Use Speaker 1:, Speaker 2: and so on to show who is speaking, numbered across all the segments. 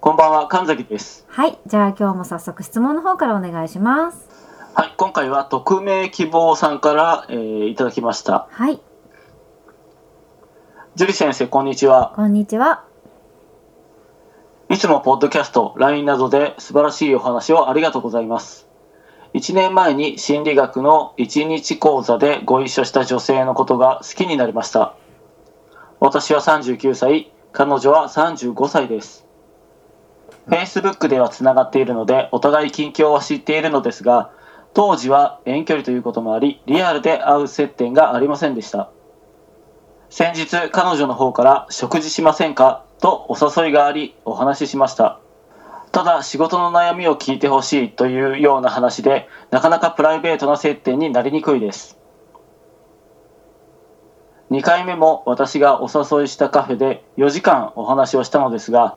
Speaker 1: こんばんは、神崎です。
Speaker 2: はい、じゃあ今日も早速質問の方からお願いします。
Speaker 1: はい、今回は匿名希望さんから、えーいただきました。
Speaker 2: はい、
Speaker 1: 樹里先生、こんにちは。
Speaker 2: こんにちは。
Speaker 1: いつもポッドキャスト、LINE などで素晴らしいお話をありがとうございます。1年前に心理学の1日講座でご一緒した女性のことが好きになりました。私は39歳、彼女は35歳です。Facebook ではつながっているので、お互い近況は知っているのですが、当時は遠距離ということもあり、リアルで会う接点がありませんでした。先日、彼女の方から食事しませんかとお誘いがあり、お話ししました。ただ、仕事の悩みを聞いてほしいというような話で、なかなかプライベートな接点になりにくいです。2回目も私がお誘いしたカフェで4時間お話をしたのですが、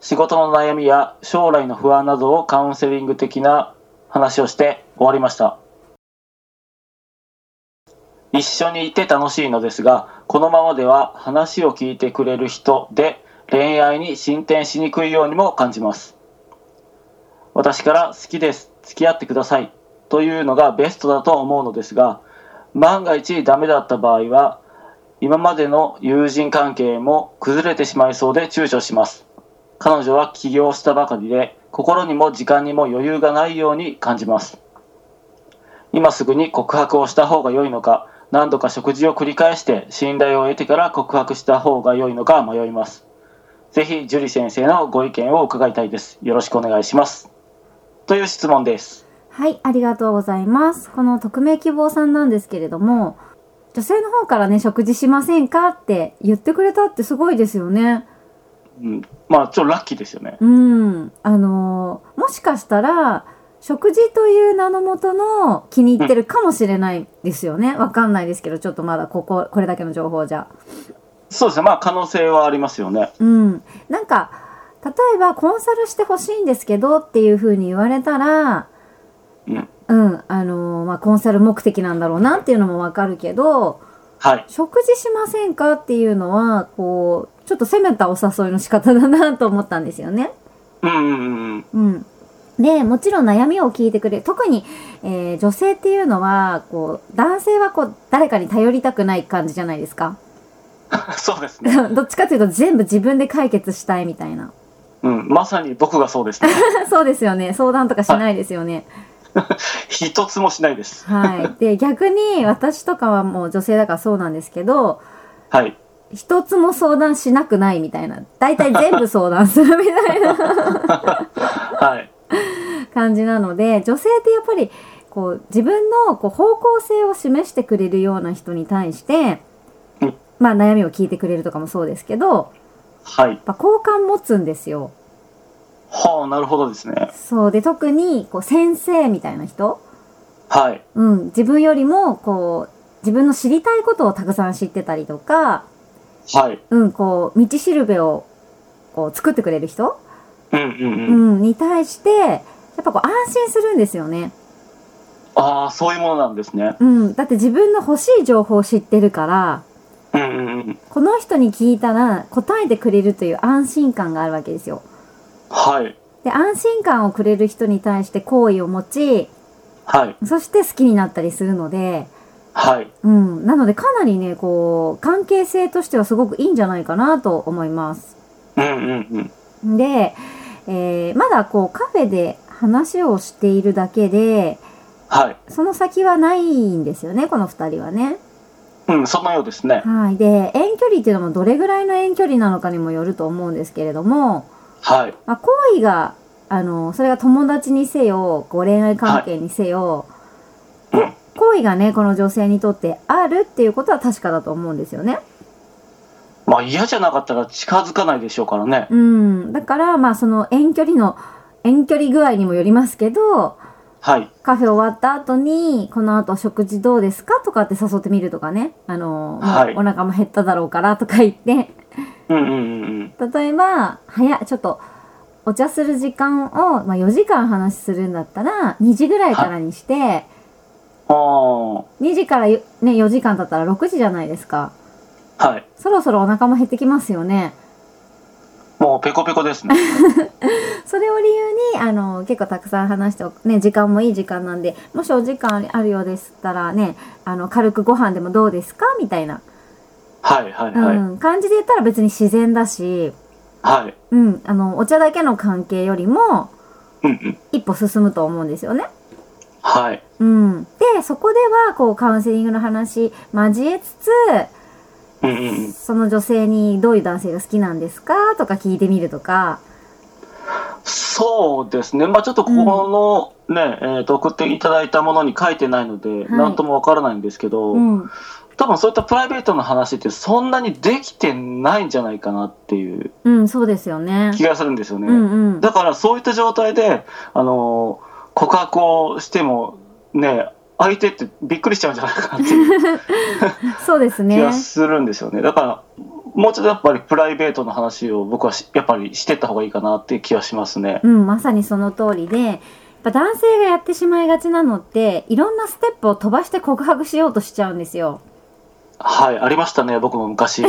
Speaker 1: 仕事の悩みや将来の不安などをカウンセリング的な話をして終わりました。一緒にいて楽しいのですが、このままでは話を聞いてくれる人で恋愛に進展しにくいようにも感じます。私から好きです、付き合ってくださいというのがベストだと思うのですが、万が一ダメだった場合は、今までの友人関係も崩れてしまいそうで躊躇します。彼女は起業したばかりで、心にも時間にも余裕がないように感じます。今すぐに告白をした方が良いのか、何度か食事を繰り返して信頼を得てから告白した方が良いのか迷います。ぜひ、樹里先生のご意見を伺いたいです。よろしくお願いします。という質問です。
Speaker 2: はい、ありがとうございます。この匿名希望さんなんですけれども、女性の方からね、食事しませんかって言ってくれたってすごいですよね。
Speaker 1: うん、まあ、ちょっとラッキーですよね。
Speaker 2: うん。あのーもしかしたら、食事という名のもとの気に入ってるかもしれないですよね。わかんないですけど、ちょっとまだここ、これだけの情報じゃ。
Speaker 1: そうですね。まあ、可能性はありますよね。
Speaker 2: うん。なんか、例えばコンサルしてほしいんですけどっていう風に言われたら、
Speaker 1: うん。
Speaker 2: うん、あのーまあ、コンサル目的なんだろうなっていうのもわかるけど、
Speaker 1: はい。
Speaker 2: 食事しませんかっていうのは、こう、ちょっと攻めたお誘いの仕方だなと思ったんですよね。
Speaker 1: うんうんうん うん。
Speaker 2: うん。で、もちろん悩みを聞いてくれる。特に、えー女性っていうのは、こう、男性はこう、誰かに頼りたくない感じじゃないですか。
Speaker 1: そうですね。
Speaker 2: どっちかというと全部自分で解決したいみたいな。
Speaker 1: うん。まさに僕がそうですね。
Speaker 2: そうですよね。相談とかしないですよね。
Speaker 1: 一つもしないです。
Speaker 2: はい。で、逆に私とかはもう女性だからそうなんですけど、
Speaker 1: はい。
Speaker 2: 一つも相談しなくないみたいな。大体全部相談するみたいな
Speaker 1: はい。
Speaker 2: 感じなので、女性ってやっぱり、こう、自分のこう方向性を示してくれるような人に対して
Speaker 1: うん、
Speaker 2: まあ悩みを聞いてくれるとかもそうですけど、
Speaker 1: はい。
Speaker 2: やっぱ好感持つんですよ。
Speaker 1: はあ、なるほどですね。
Speaker 2: そう。で、特に、こう、先生みたいな人
Speaker 1: はい。
Speaker 2: うん。自分よりも、こう、自分の知りたいことをたくさん知ってたりとか、
Speaker 1: はい。
Speaker 2: うん、こう、道しるべを、こう、作ってくれる人
Speaker 1: うんうん
Speaker 2: う
Speaker 1: うん。
Speaker 2: ん、に対して、やっぱこう安心するんですよね。
Speaker 1: ああ、そういうものなんですね。
Speaker 2: うん、だって自分の欲しい情報を知ってるから
Speaker 1: うんうんうん。
Speaker 2: この人に聞いたら答えてくれるという安心感があるわけですよ。
Speaker 1: はい。
Speaker 2: で安心感をくれる人に対して好意を持ち
Speaker 1: はい。
Speaker 2: そして好きになったりするので、
Speaker 1: はい。
Speaker 2: うん、なのでかなりねこう関係性としてはすごくいいんじゃないかなと思います。
Speaker 1: うんうんうん。
Speaker 2: で、えーまだこうカフェで話をしているだけで
Speaker 1: はい。
Speaker 2: その先はないんですよねこの2人はね。
Speaker 1: うん、そのようですね。
Speaker 2: はい、で遠距離っていうのもどれぐらいの遠距離なのかにもよると思うんですけれども、
Speaker 1: はい。
Speaker 2: まあ、好意があのそれが友達にせよご恋愛関係にせよ、
Speaker 1: はい
Speaker 2: こ好意がねこの女性にとってあるっていうことは確かだと思うんですよね。
Speaker 1: まあ嫌じゃなかったら近づかないでしょうからね。
Speaker 2: うん、だからまあその遠距離の遠距離具合にもよりますけど
Speaker 1: はい。
Speaker 2: カフェ終わった後にこの後食事どうですかとかって誘ってみるとかねあの、まあ
Speaker 1: はい
Speaker 2: お腹も減っただろうからとか言って。
Speaker 1: うんうんうんうん。
Speaker 2: 例えば早ちょっとお茶する時間を、まあ、4時間話するんだったら2時ぐらいからにして
Speaker 1: ああ。は
Speaker 2: 2時からよ、ね、4時間経ったら6時じゃないですか
Speaker 1: い。
Speaker 2: そろそろお腹も減ってきますよね
Speaker 1: もうペコペコですね。
Speaker 2: それを理由にあの結構たくさん話しておく、ね、時間もいい時間なんでもしお時間あるようでしたらねあの軽くご飯でもどうですかみたいな、
Speaker 1: はいはいはい。
Speaker 2: うん、感じで言ったら別に自然だし、
Speaker 1: はい。
Speaker 2: うん、あのお茶だけの関係よりも
Speaker 1: うんうん。
Speaker 2: 一歩進むと思うんですよね。
Speaker 1: はい。
Speaker 2: うん、でそこではこうカウンセリングの話交えつ
Speaker 1: うんうんうん。
Speaker 2: つその女性にどういう男性が好きなんですかとか聞いてみるとか、
Speaker 1: そうですね。まあちょっとここのね、えーと、送っていただいたものに書いてないので、
Speaker 2: い
Speaker 1: なんともわからないんですけど、
Speaker 2: うん、
Speaker 1: 多分そういったプライベートの話ってそんなにできてないんじゃないかなっていう
Speaker 2: うんそうですよね。
Speaker 1: 気がするんですよね。
Speaker 2: うんうん、
Speaker 1: だからそういった状態で、あのー告白をしてもね相手ってびっくりしちゃうんじゃないかなっていう
Speaker 2: そうです
Speaker 1: 気
Speaker 2: ね
Speaker 1: が。するんですよねだからもうちょっとやっぱりプライベートの話を僕はしやっぱりしてった方がいいかなっていう気はしますね。
Speaker 2: うん、まさにその通りでやっぱ男性がやってしまいがちなのっていろんなステップを飛ばして告白しようとしちゃうんですよ。
Speaker 1: はいありましたね僕も昔
Speaker 2: い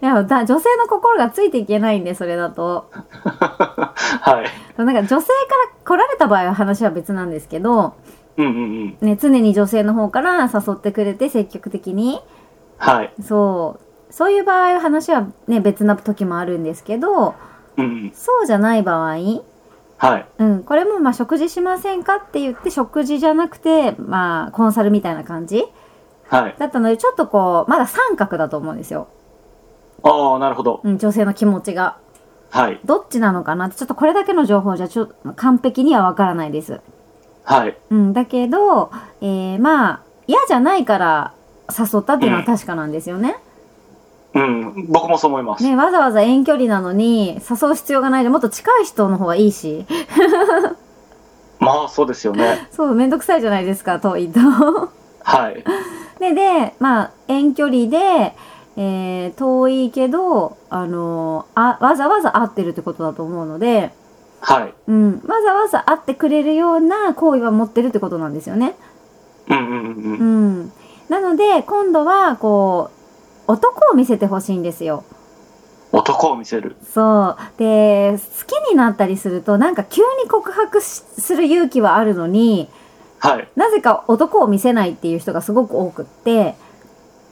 Speaker 2: やだ女性の心がついていけないんでそれだと。
Speaker 1: はい
Speaker 2: なんか女性から来られた場合は話は別なんですけど、
Speaker 1: うんうんうん
Speaker 2: ね、常に女性の方から誘ってくれて積極的に
Speaker 1: はい
Speaker 2: そうそういう場合は話は、ね、別な時もあるんですけど
Speaker 1: うんうん
Speaker 2: そうじゃない場合、
Speaker 1: はい
Speaker 2: うん、これもまあ食事しませんかって言って食事じゃなくて、まあ、コンサルみたいな感じ
Speaker 1: はい
Speaker 2: だったのでちょっとこうまだ三角だと思うんですよ、
Speaker 1: ああなるほど
Speaker 2: うん、女性の気持ちが。
Speaker 1: はい
Speaker 2: どっちなのかなってちょっとこれだけの情報じゃちょ完璧にはわからないです。
Speaker 1: はい
Speaker 2: うん、だけど、えー、まあ嫌じゃないから誘ったっていうのは確かなんですよね。
Speaker 1: うん僕もそう思います、
Speaker 2: ね、わざわざ遠距離なのに誘う必要がないでもっと近い人の方がいいし
Speaker 1: まあそうですよね
Speaker 2: そう面倒くさいじゃないですか遠いと。
Speaker 1: はい
Speaker 2: ででまあ遠距離で、えー遠いけど、あのあわざわざ会ってるってことだと思うので、
Speaker 1: はい
Speaker 2: うん、わざわざ会ってくれるような好意は持ってるってことなんですよね。
Speaker 1: うんうんうんうん
Speaker 2: うん、なので今度はこう男を見せてほしいんですよ。
Speaker 1: 男を見せる
Speaker 2: そう。で、好きになったりすると、なんか急に告白しする勇気はあるのに、
Speaker 1: はい
Speaker 2: なぜか男を見せないっていう人がすごく多くって、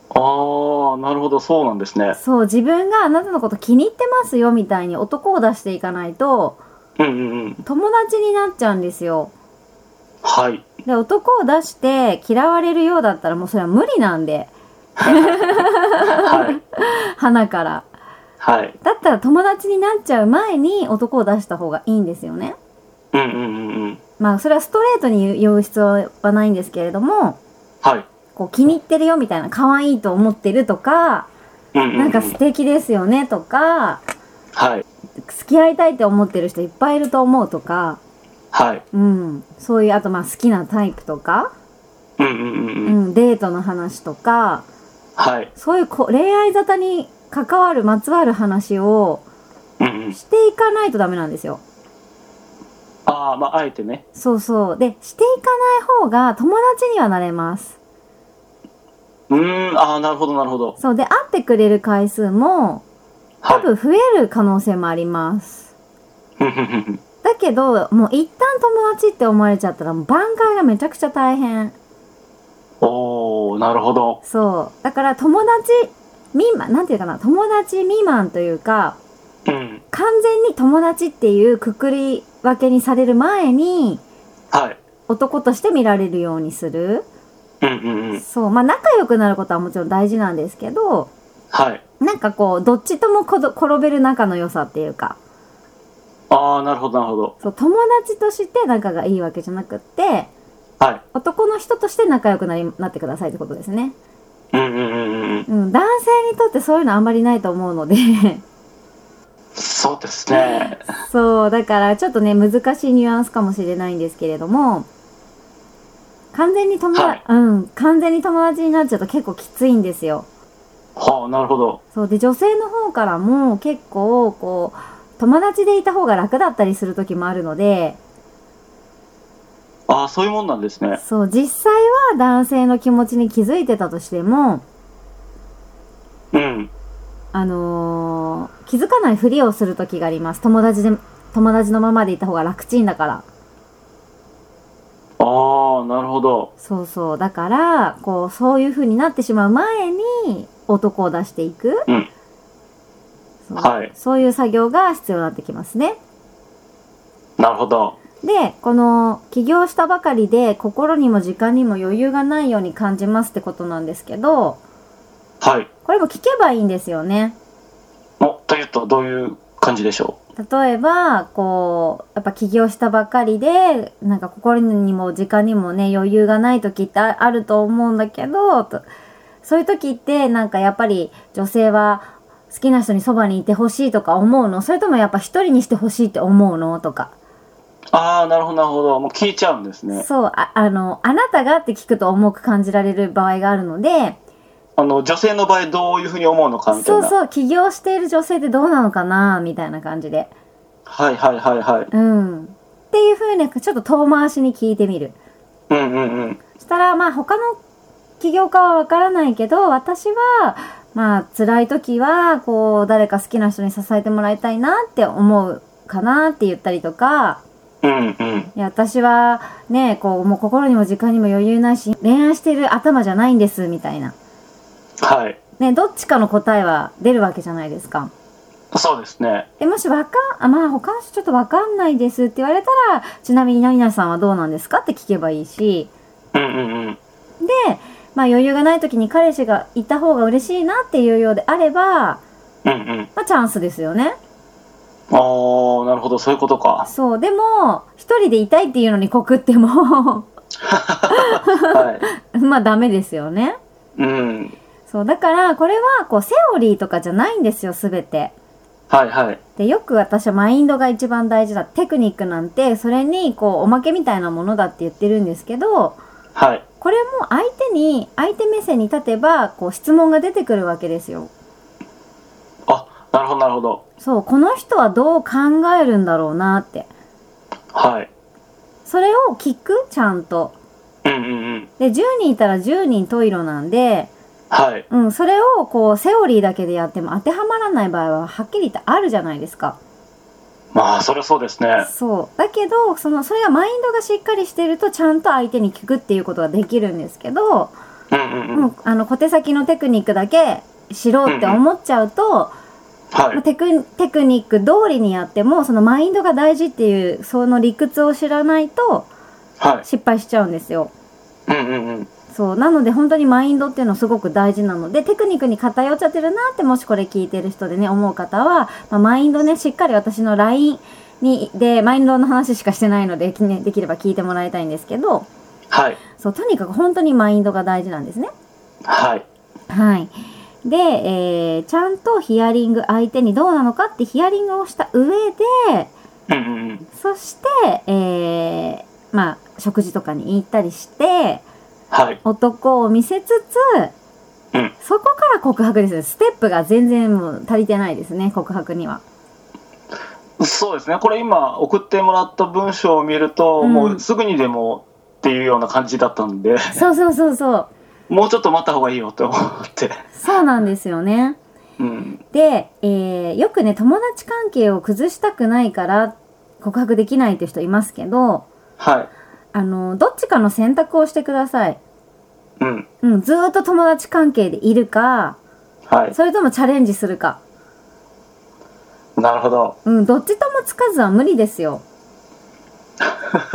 Speaker 1: ああ、なるほど、そうなんですね。
Speaker 2: そう、自分があなたのこと気に入ってますよみたいに男を出していかないと、
Speaker 1: うんうんうん。
Speaker 2: 友達になっちゃうんですよ。
Speaker 1: はい。
Speaker 2: で、男を出して嫌われるようだったらもうそれは無理なんで、
Speaker 1: はい。
Speaker 2: 花から。
Speaker 1: はい。
Speaker 2: だったら友達になっちゃう前に男を出した方がいいんですよね。
Speaker 1: うんうんうんうん。
Speaker 2: まあ、それはストレートに言う言う必要はないんですけれども、
Speaker 1: はい。
Speaker 2: こう気に入ってるよみたいな可愛いと思ってるとか
Speaker 1: うんうん、うん。
Speaker 2: なんか素敵ですよねとか
Speaker 1: はい。
Speaker 2: 付き合いたいって思ってる人いっぱいいると思うとか、
Speaker 1: はい。
Speaker 2: うん、そういうあとまあ好きなタイプとか、
Speaker 1: うんうんうん
Speaker 2: う
Speaker 1: うん。
Speaker 2: ん、デートの話とか
Speaker 1: はい。
Speaker 2: そういうこ恋愛沙汰に関わるまつわる話を
Speaker 1: うんうん。
Speaker 2: していかないとダメなんですよ。
Speaker 1: あああ、まあ、あえてね。
Speaker 2: そうそう。で、していかない方が友達にはなれます。
Speaker 1: うーん、ああ、なるほど、なるほど。
Speaker 2: そう。で、会ってくれる回数も、
Speaker 1: は
Speaker 2: 多
Speaker 1: い。
Speaker 2: 分増える可能性もあります。
Speaker 1: ふんふんふんふん
Speaker 2: だけど、もう一旦友達って思われちゃったら、もう挽回がめちゃくちゃ大変。
Speaker 1: おー、なるほど。
Speaker 2: そう。だから友達未満、なんていうかな、友達未満というか、
Speaker 1: うん。
Speaker 2: 完全に友達っていうくくり分けにされる前に、
Speaker 1: はい。
Speaker 2: 男として見られるようにする。
Speaker 1: うんうんうん。
Speaker 2: そう。まあ仲良くなることはもちろん大事なんですけど、
Speaker 1: はい。
Speaker 2: なんかこう、どっちともこど転べる仲の良さっていうか、
Speaker 1: ああ、なるほど、なるほど。
Speaker 2: そう、友達として仲がいいわけじゃなくって、
Speaker 1: はい。
Speaker 2: 男の人として仲良くなり、なってくださいってことですね。
Speaker 1: うんうんうんうんうん。
Speaker 2: うん、男性にとってそういうのあんまりないと思うので、
Speaker 1: そうですね。
Speaker 2: そう、だからちょっとね、難しいニュアンスかもしれないんですけれども、完全に友達、
Speaker 1: はい
Speaker 2: うん、完全に友達になっちゃうと結構きついんですよ。
Speaker 1: はあ、なるほど。
Speaker 2: そう、で、女性の方からも結構、こう、友達でいた方が楽だったりする時もあるので、
Speaker 1: ああ、そういうもんなんですね。
Speaker 2: そう、実際は男性の気持ちに気づいてたとしても、
Speaker 1: うん。
Speaker 2: あのー気づかないふりをする時があります。友達で、友達のままでいた方が楽ちんだから。
Speaker 1: ああ、なるほど。
Speaker 2: そうそう。だから、こう、そういう風になってしまう前に、男を出していく。
Speaker 1: うん
Speaker 2: そう
Speaker 1: はい
Speaker 2: そういう作業が必要になってきますね。
Speaker 1: なるほど。
Speaker 2: で、この、起業したばかりで、心にも時間にも余裕がないように感じますってことなんですけど、
Speaker 1: はい。
Speaker 2: これも聞けばいいんですよね。
Speaker 1: お、というと、どういう感じでしょ
Speaker 2: 例えば、こう、やっぱ起業したばかりで、なんか心にも時間にもね、余裕がない時ってああると思うんだけど、とそういう時って、なんかやっぱり女性は好きな人にそばにいてほしいとか思うのそれともやっぱ一人にしてほしいって思うのとか。
Speaker 1: うああ、なるほど、なるほど。もう聞いちゃうんですね。
Speaker 2: そう、あ、あの、あなたがって聞くと重く感じられる場合があるので、
Speaker 1: あの、女性の場合どういうふうに思うのかみたい
Speaker 2: そう
Speaker 1: な。
Speaker 2: そう、起業している女性ってどうなのかなみたいな感じで。
Speaker 1: はいはいはいはい。
Speaker 2: うん。っていう風に、ちょっと遠回しに聞いてみる。
Speaker 1: うんうんうん。
Speaker 2: したらまあ他の起業家はわからないけど私はまあ辛い時はこう誰か好きな人に支えてもらいたいなって思うかなって言ったりとか
Speaker 1: うんうん。
Speaker 2: いや私はねこうもう心にも時間にも余裕ないし恋愛してる頭じゃないんですみたいな
Speaker 1: はい。
Speaker 2: ねどっちかの答えは出るわけじゃないですか。
Speaker 1: そうですね。
Speaker 2: でもしわかんあまあ他の人ちょっとわかんないですって言われたらちなみに何々さんはどうなんですかって聞けばいいし
Speaker 1: うんうんうん。
Speaker 2: まあ余裕がない時に彼氏がいた方が嬉しいなっていうようであれば、
Speaker 1: うんうん。
Speaker 2: まあチャンスですよね。
Speaker 1: ああ、なるほど、そういうことか。
Speaker 2: そう。でも、一人でいたいっていうのに告っても、
Speaker 1: はい。
Speaker 2: まあダメですよね。
Speaker 1: うん。
Speaker 2: そう。だから、これは、こう、セオリーとかじゃないんですよ、すべて。
Speaker 1: はいはい。
Speaker 2: で、よく私はマインドが一番大事だ。テクニックなんて、それに、こう、おまけみたいなものだって言ってるんですけど、
Speaker 1: はい。
Speaker 2: これも相手に、相手目線に立てば、こう、質問が出てくるわけですよ。
Speaker 1: あ、なるほど、なるほど。
Speaker 2: そう。この人はどう考えるんだろうなって。
Speaker 1: はい。
Speaker 2: それを聞くちゃんと。
Speaker 1: うんうんうん。
Speaker 2: で、10人いたら10人トイロなんで、
Speaker 1: はい。
Speaker 2: うん、それをこう、セオリーだけでやっても当てはまらない場合は、はっきり言ってあるじゃないですか。
Speaker 1: まあ、そりゃそうですね。
Speaker 2: そう。だけど、その、それがマインドがしっかりしてると、ちゃんと相手に聞くっていうことができるんですけど、
Speaker 1: うんうんう
Speaker 2: も
Speaker 1: ん。
Speaker 2: う、あの、小手先のテクニックだけ知ろうって思っちゃうと、
Speaker 1: は
Speaker 2: まあ
Speaker 1: い。
Speaker 2: テク、テクニック通りにやっても、そのマインドが大事っていう、その理屈を知らないと、
Speaker 1: はい。
Speaker 2: 失敗しちゃうんですよ。
Speaker 1: うんうんうん。
Speaker 2: そう。なので本当にマインドっていうのすごく大事なので、テクニックに偏っちゃってるなってもしこれ聞いてる人でね、思う方は、まあ、マインドね、しっかり私の LINE に、で、マインドの話しかしてないので、きねできれば聞いてもらいたいんですけど、
Speaker 1: はい。
Speaker 2: そう、とにかく本当にマインドが大事なんですね。
Speaker 1: はい。
Speaker 2: はい。で、えー、ちゃんとヒアリング、相手にどうなのかってヒアリングをした上で、
Speaker 1: うんうんうん。
Speaker 2: そして、えー、まあ、食事とかに行ったりして、
Speaker 1: はい。
Speaker 2: 男を見せつつ、
Speaker 1: うん
Speaker 2: そこから告白ですね。ステップが全然もう足りてないですね、告白には。
Speaker 1: そうですねこれ今送ってもらった文章を見ると、
Speaker 2: うん
Speaker 1: もうすぐにでもっていうような感じだったんで
Speaker 2: そうそうそうそう。
Speaker 1: もうちょっと待った方がいいよって思って、
Speaker 2: そうなんですよね。
Speaker 1: うん、
Speaker 2: で、えーよくね、友達関係を崩したくないから告白できないっていう人いますけど、
Speaker 1: はい、
Speaker 2: あの、どっちかの選択をしてください。
Speaker 1: うん、
Speaker 2: うん、ずーっと友達関係でいるか、
Speaker 1: はい
Speaker 2: それともチャレンジするか。
Speaker 1: なるほど
Speaker 2: うん、どっちともつかずは無理ですよ。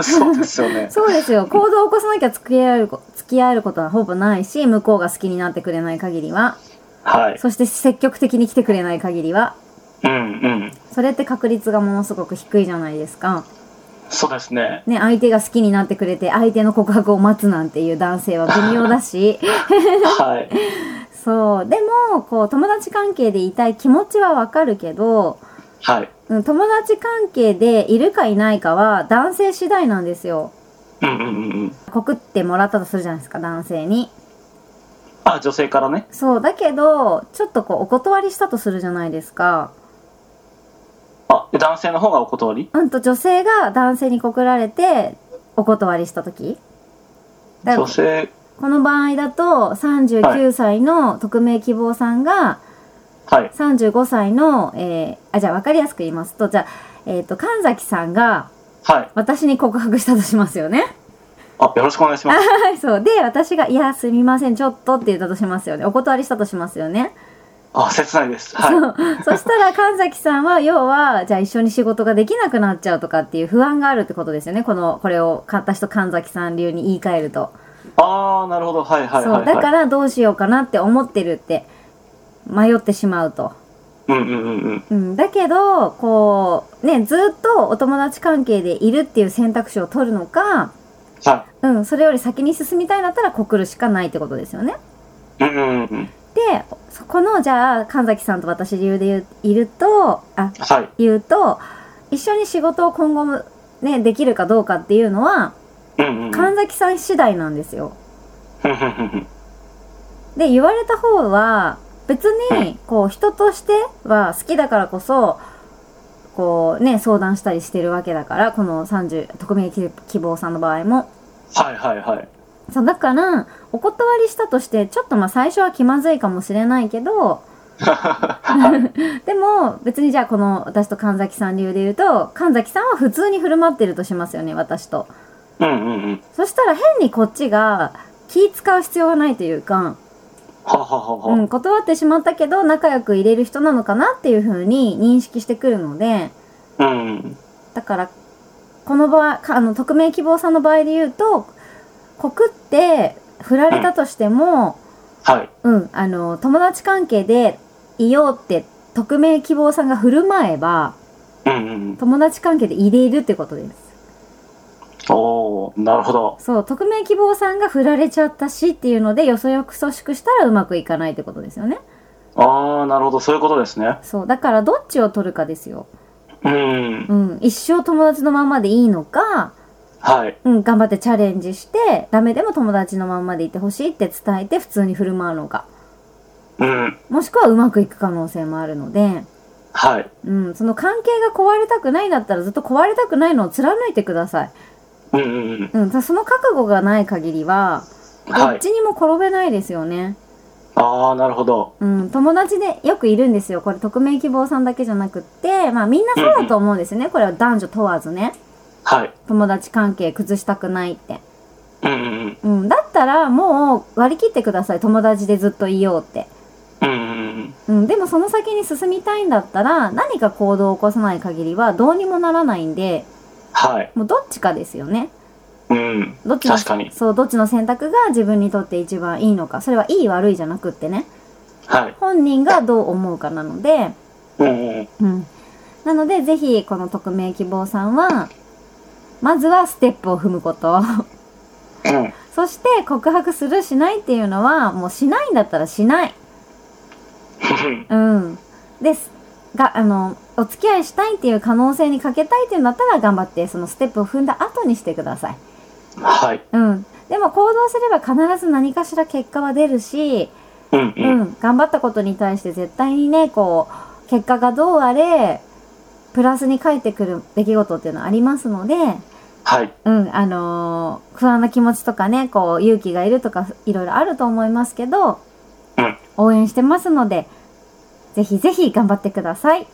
Speaker 1: そうですよ ね
Speaker 2: そうですよ。行動を起こさなきゃ付き合えるこ、付き合えることはほぼないし、向こうが好きになってくれない限りは、
Speaker 1: はい
Speaker 2: そして積極的に来てくれない限りは、
Speaker 1: うんうん
Speaker 2: それって確率がものすごく低いじゃないですか。
Speaker 1: そうですね
Speaker 2: ね、相手が好きになってくれて、相手の告白を待つなんていう男性は微妙だし、
Speaker 1: はい
Speaker 2: そう。でも、こう、友達関係でいたい気持ちはわかるけど、
Speaker 1: はい
Speaker 2: うん、友達関係でいるかいないかは男性次第なんですよ。
Speaker 1: うんうんうんうん
Speaker 2: 告ってもらったとするじゃないですか、男性に。
Speaker 1: あ女性からね
Speaker 2: そう、だけど、ちょっとこう、お断りしたとするじゃないですか。
Speaker 1: あ男性の方がお断り
Speaker 2: うんと、女性が男性に告られて、お断りしたとき。だ
Speaker 1: 女性
Speaker 2: この場合だと、39歳の匿名希望さんが、
Speaker 1: はい
Speaker 2: 35歳の、えー、あ、じゃあ分かりやすく言いますと、じゃあ、えっ、と、神崎さんが、
Speaker 1: はい
Speaker 2: 私に告白したとしますよね。
Speaker 1: あよろしくお願いします
Speaker 2: はい、そう。で、私が、いや、すみません、ちょっとって言ったとしますよね。お断りしたとしますよね。
Speaker 1: あ切ないですはい
Speaker 2: そう。 そしたら、神崎さんは、要は、じゃあ一緒に仕事ができなくなっちゃうとかっていう不安があるってことですよね。この、これを、買った人神崎さん流に言い換えると。
Speaker 1: ああなるほどはいはいはい、は
Speaker 2: そ。、
Speaker 1: いう
Speaker 2: だから、どうしようかなって思ってるって、迷ってしまうと。
Speaker 1: うんうんうんうん
Speaker 2: うん、だけど、こう、ね、ずっとお友達関係でいるっていう選択肢を取るのか、
Speaker 1: は
Speaker 2: うん、それより先に進みたいんだったら告るしかないってことですよね。
Speaker 1: いうんうんうん
Speaker 2: で、そこの、じゃあ、神崎さんと私理由で言ういると、あ、
Speaker 1: はい
Speaker 2: 言うと、一緒に仕事を今後も、ね、できるかどうかっていうのは、
Speaker 1: うんうんうん
Speaker 2: 神崎さん次第なんですよ。
Speaker 1: うんうんうん
Speaker 2: で、言われた方は、別に、こう、人としては好きだからこそ、こうね、相談したりしてるわけだから、この30、匿名希希望さんの場合も。
Speaker 1: はいはいはい
Speaker 2: そう、だから、お断りしたとして、ちょっとまあ最初は気まずいかもしれないけど、でも、別にじゃあこの私と神崎さん流で言うと、神崎さんは普通に振る舞ってるとしますよね、私と。
Speaker 1: うんうんうん
Speaker 2: そしたら変にこっちが気使う必要はないというか、
Speaker 1: はははは、
Speaker 2: うん、断ってしまったけど仲良く入れる人なのかなっていう風に認識してくるので、
Speaker 1: うん、
Speaker 2: だから、この場合、かあの、匿名希望さんの場合で言うと、告って振られたとしても、
Speaker 1: はい。
Speaker 2: うん、あの、友達関係でいようって匿名希望さんが振る舞えば、
Speaker 1: うんうん。
Speaker 2: 友達関係で入れるってことです。
Speaker 1: おお、なるほど。
Speaker 2: そう、匿名希望さんが振られちゃったしっていうので、よそよくそしくしたらうまくいかないってことですよね。
Speaker 1: ああ、なるほど、そういうことですね。
Speaker 2: そう、だからどっちを取るかですよ。
Speaker 1: うん、
Speaker 2: うん、一生友達のままでいいのか、
Speaker 1: はい。
Speaker 2: うん、頑張ってチャレンジして、ダメでも友達のままでいてほしいって伝えて普通に振る舞うのか。
Speaker 1: うん、
Speaker 2: もしくはうまくいく可能性もあるので、
Speaker 1: はい。
Speaker 2: うん、その関係が壊れたくないんだったらずっと壊れたくないのを貫いてください。
Speaker 1: うんうんうん。
Speaker 2: うん、ただその覚悟がない限りは、ど
Speaker 1: は
Speaker 2: っ
Speaker 1: い
Speaker 2: ち。にも転べないですよね。
Speaker 1: ああ、なるほど。
Speaker 2: うん、友達でよくいるんですよ。これ匿名希望さんだけじゃなくって、まあみんなそうだと思うんですよね。これは男女問わずね。
Speaker 1: はい。
Speaker 2: 友達関係崩したくないって。
Speaker 1: うんうんうん。
Speaker 2: うん、だったらもう割り切ってください。友達でずっといようって。
Speaker 1: うんうんうん。
Speaker 2: うん、でもその先に進みたいんだったら、何か行動を起こさない限りはどうにもならないんで、
Speaker 1: はい。
Speaker 2: もうどっちかですよね。
Speaker 1: うん。
Speaker 2: どっちの、
Speaker 1: 確かに
Speaker 2: そう、どっちの選択が自分にとって一番いいのか。それはいい悪いじゃなくってね。
Speaker 1: はい。
Speaker 2: 本人がどう思うかなので、
Speaker 1: うんうん。
Speaker 2: うん。なので、ぜひ、この匿名希望さんは、まずはステップを踏むこと。
Speaker 1: うん。
Speaker 2: そして、告白するしないっていうのは、もうしないんだったらしない。うん。です。が、あの、お付き合いしたいっていう可能性にかけたいっていうんだったら頑張って、そのステップを踏んだ後にしてください。
Speaker 1: はい。
Speaker 2: うん。でも行動すれば必ず何かしら結果は出るし、
Speaker 1: うん
Speaker 2: う
Speaker 1: うん。
Speaker 2: ん。頑張ったことに対して絶対にね、こう、結果がどうあれ、
Speaker 3: プラスに返ってくる出来事っていうのはありますので、
Speaker 1: はい。
Speaker 3: うん、あのー不安な気持ちとかね、こう、勇気がいるとか、いろいろあると思いますけど、
Speaker 1: うん
Speaker 3: 応援してますので、ぜひぜひ頑張ってください。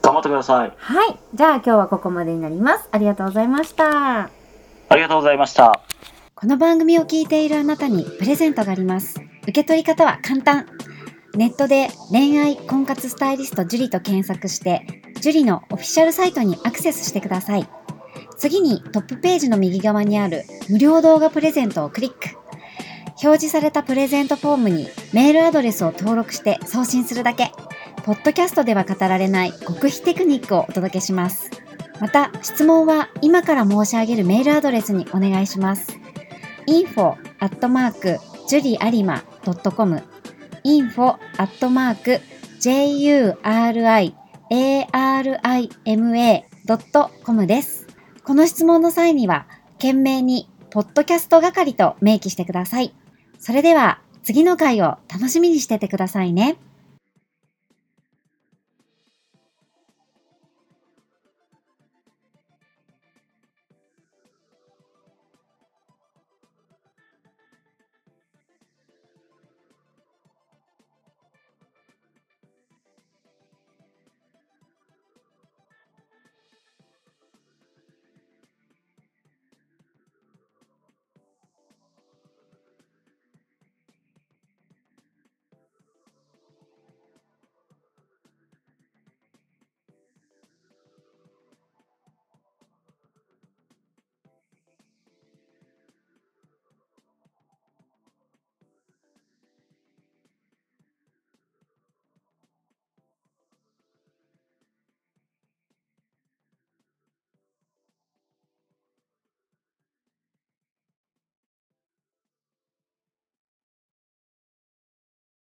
Speaker 1: 頑張ってください。
Speaker 3: はい。じゃあ今日はここまでになります。ありがとうございました。
Speaker 1: ありがとうございました。
Speaker 2: この番組を聞いているあなたにプレゼントがあります。受け取り方は簡単。ネットで恋愛婚活スタイリスト樹と検索して、樹のオフィシャルサイトにアクセスしてください。次にトップページの右側にある無料動画プレゼントをクリック。表示されたプレゼントフォームにメールアドレスを登録して送信するだけ。ポッドキャストでは語られない極秘テクニックをお届けします。また、質問は今から申し上げるメールアドレスにお願いします。info アットマーク juriarima.com info アットマーク juriarima.com です。この質問の際には、懸命に、ポッドキャスト係と明記してください。それでは、次の回を楽しみにしててくださいね。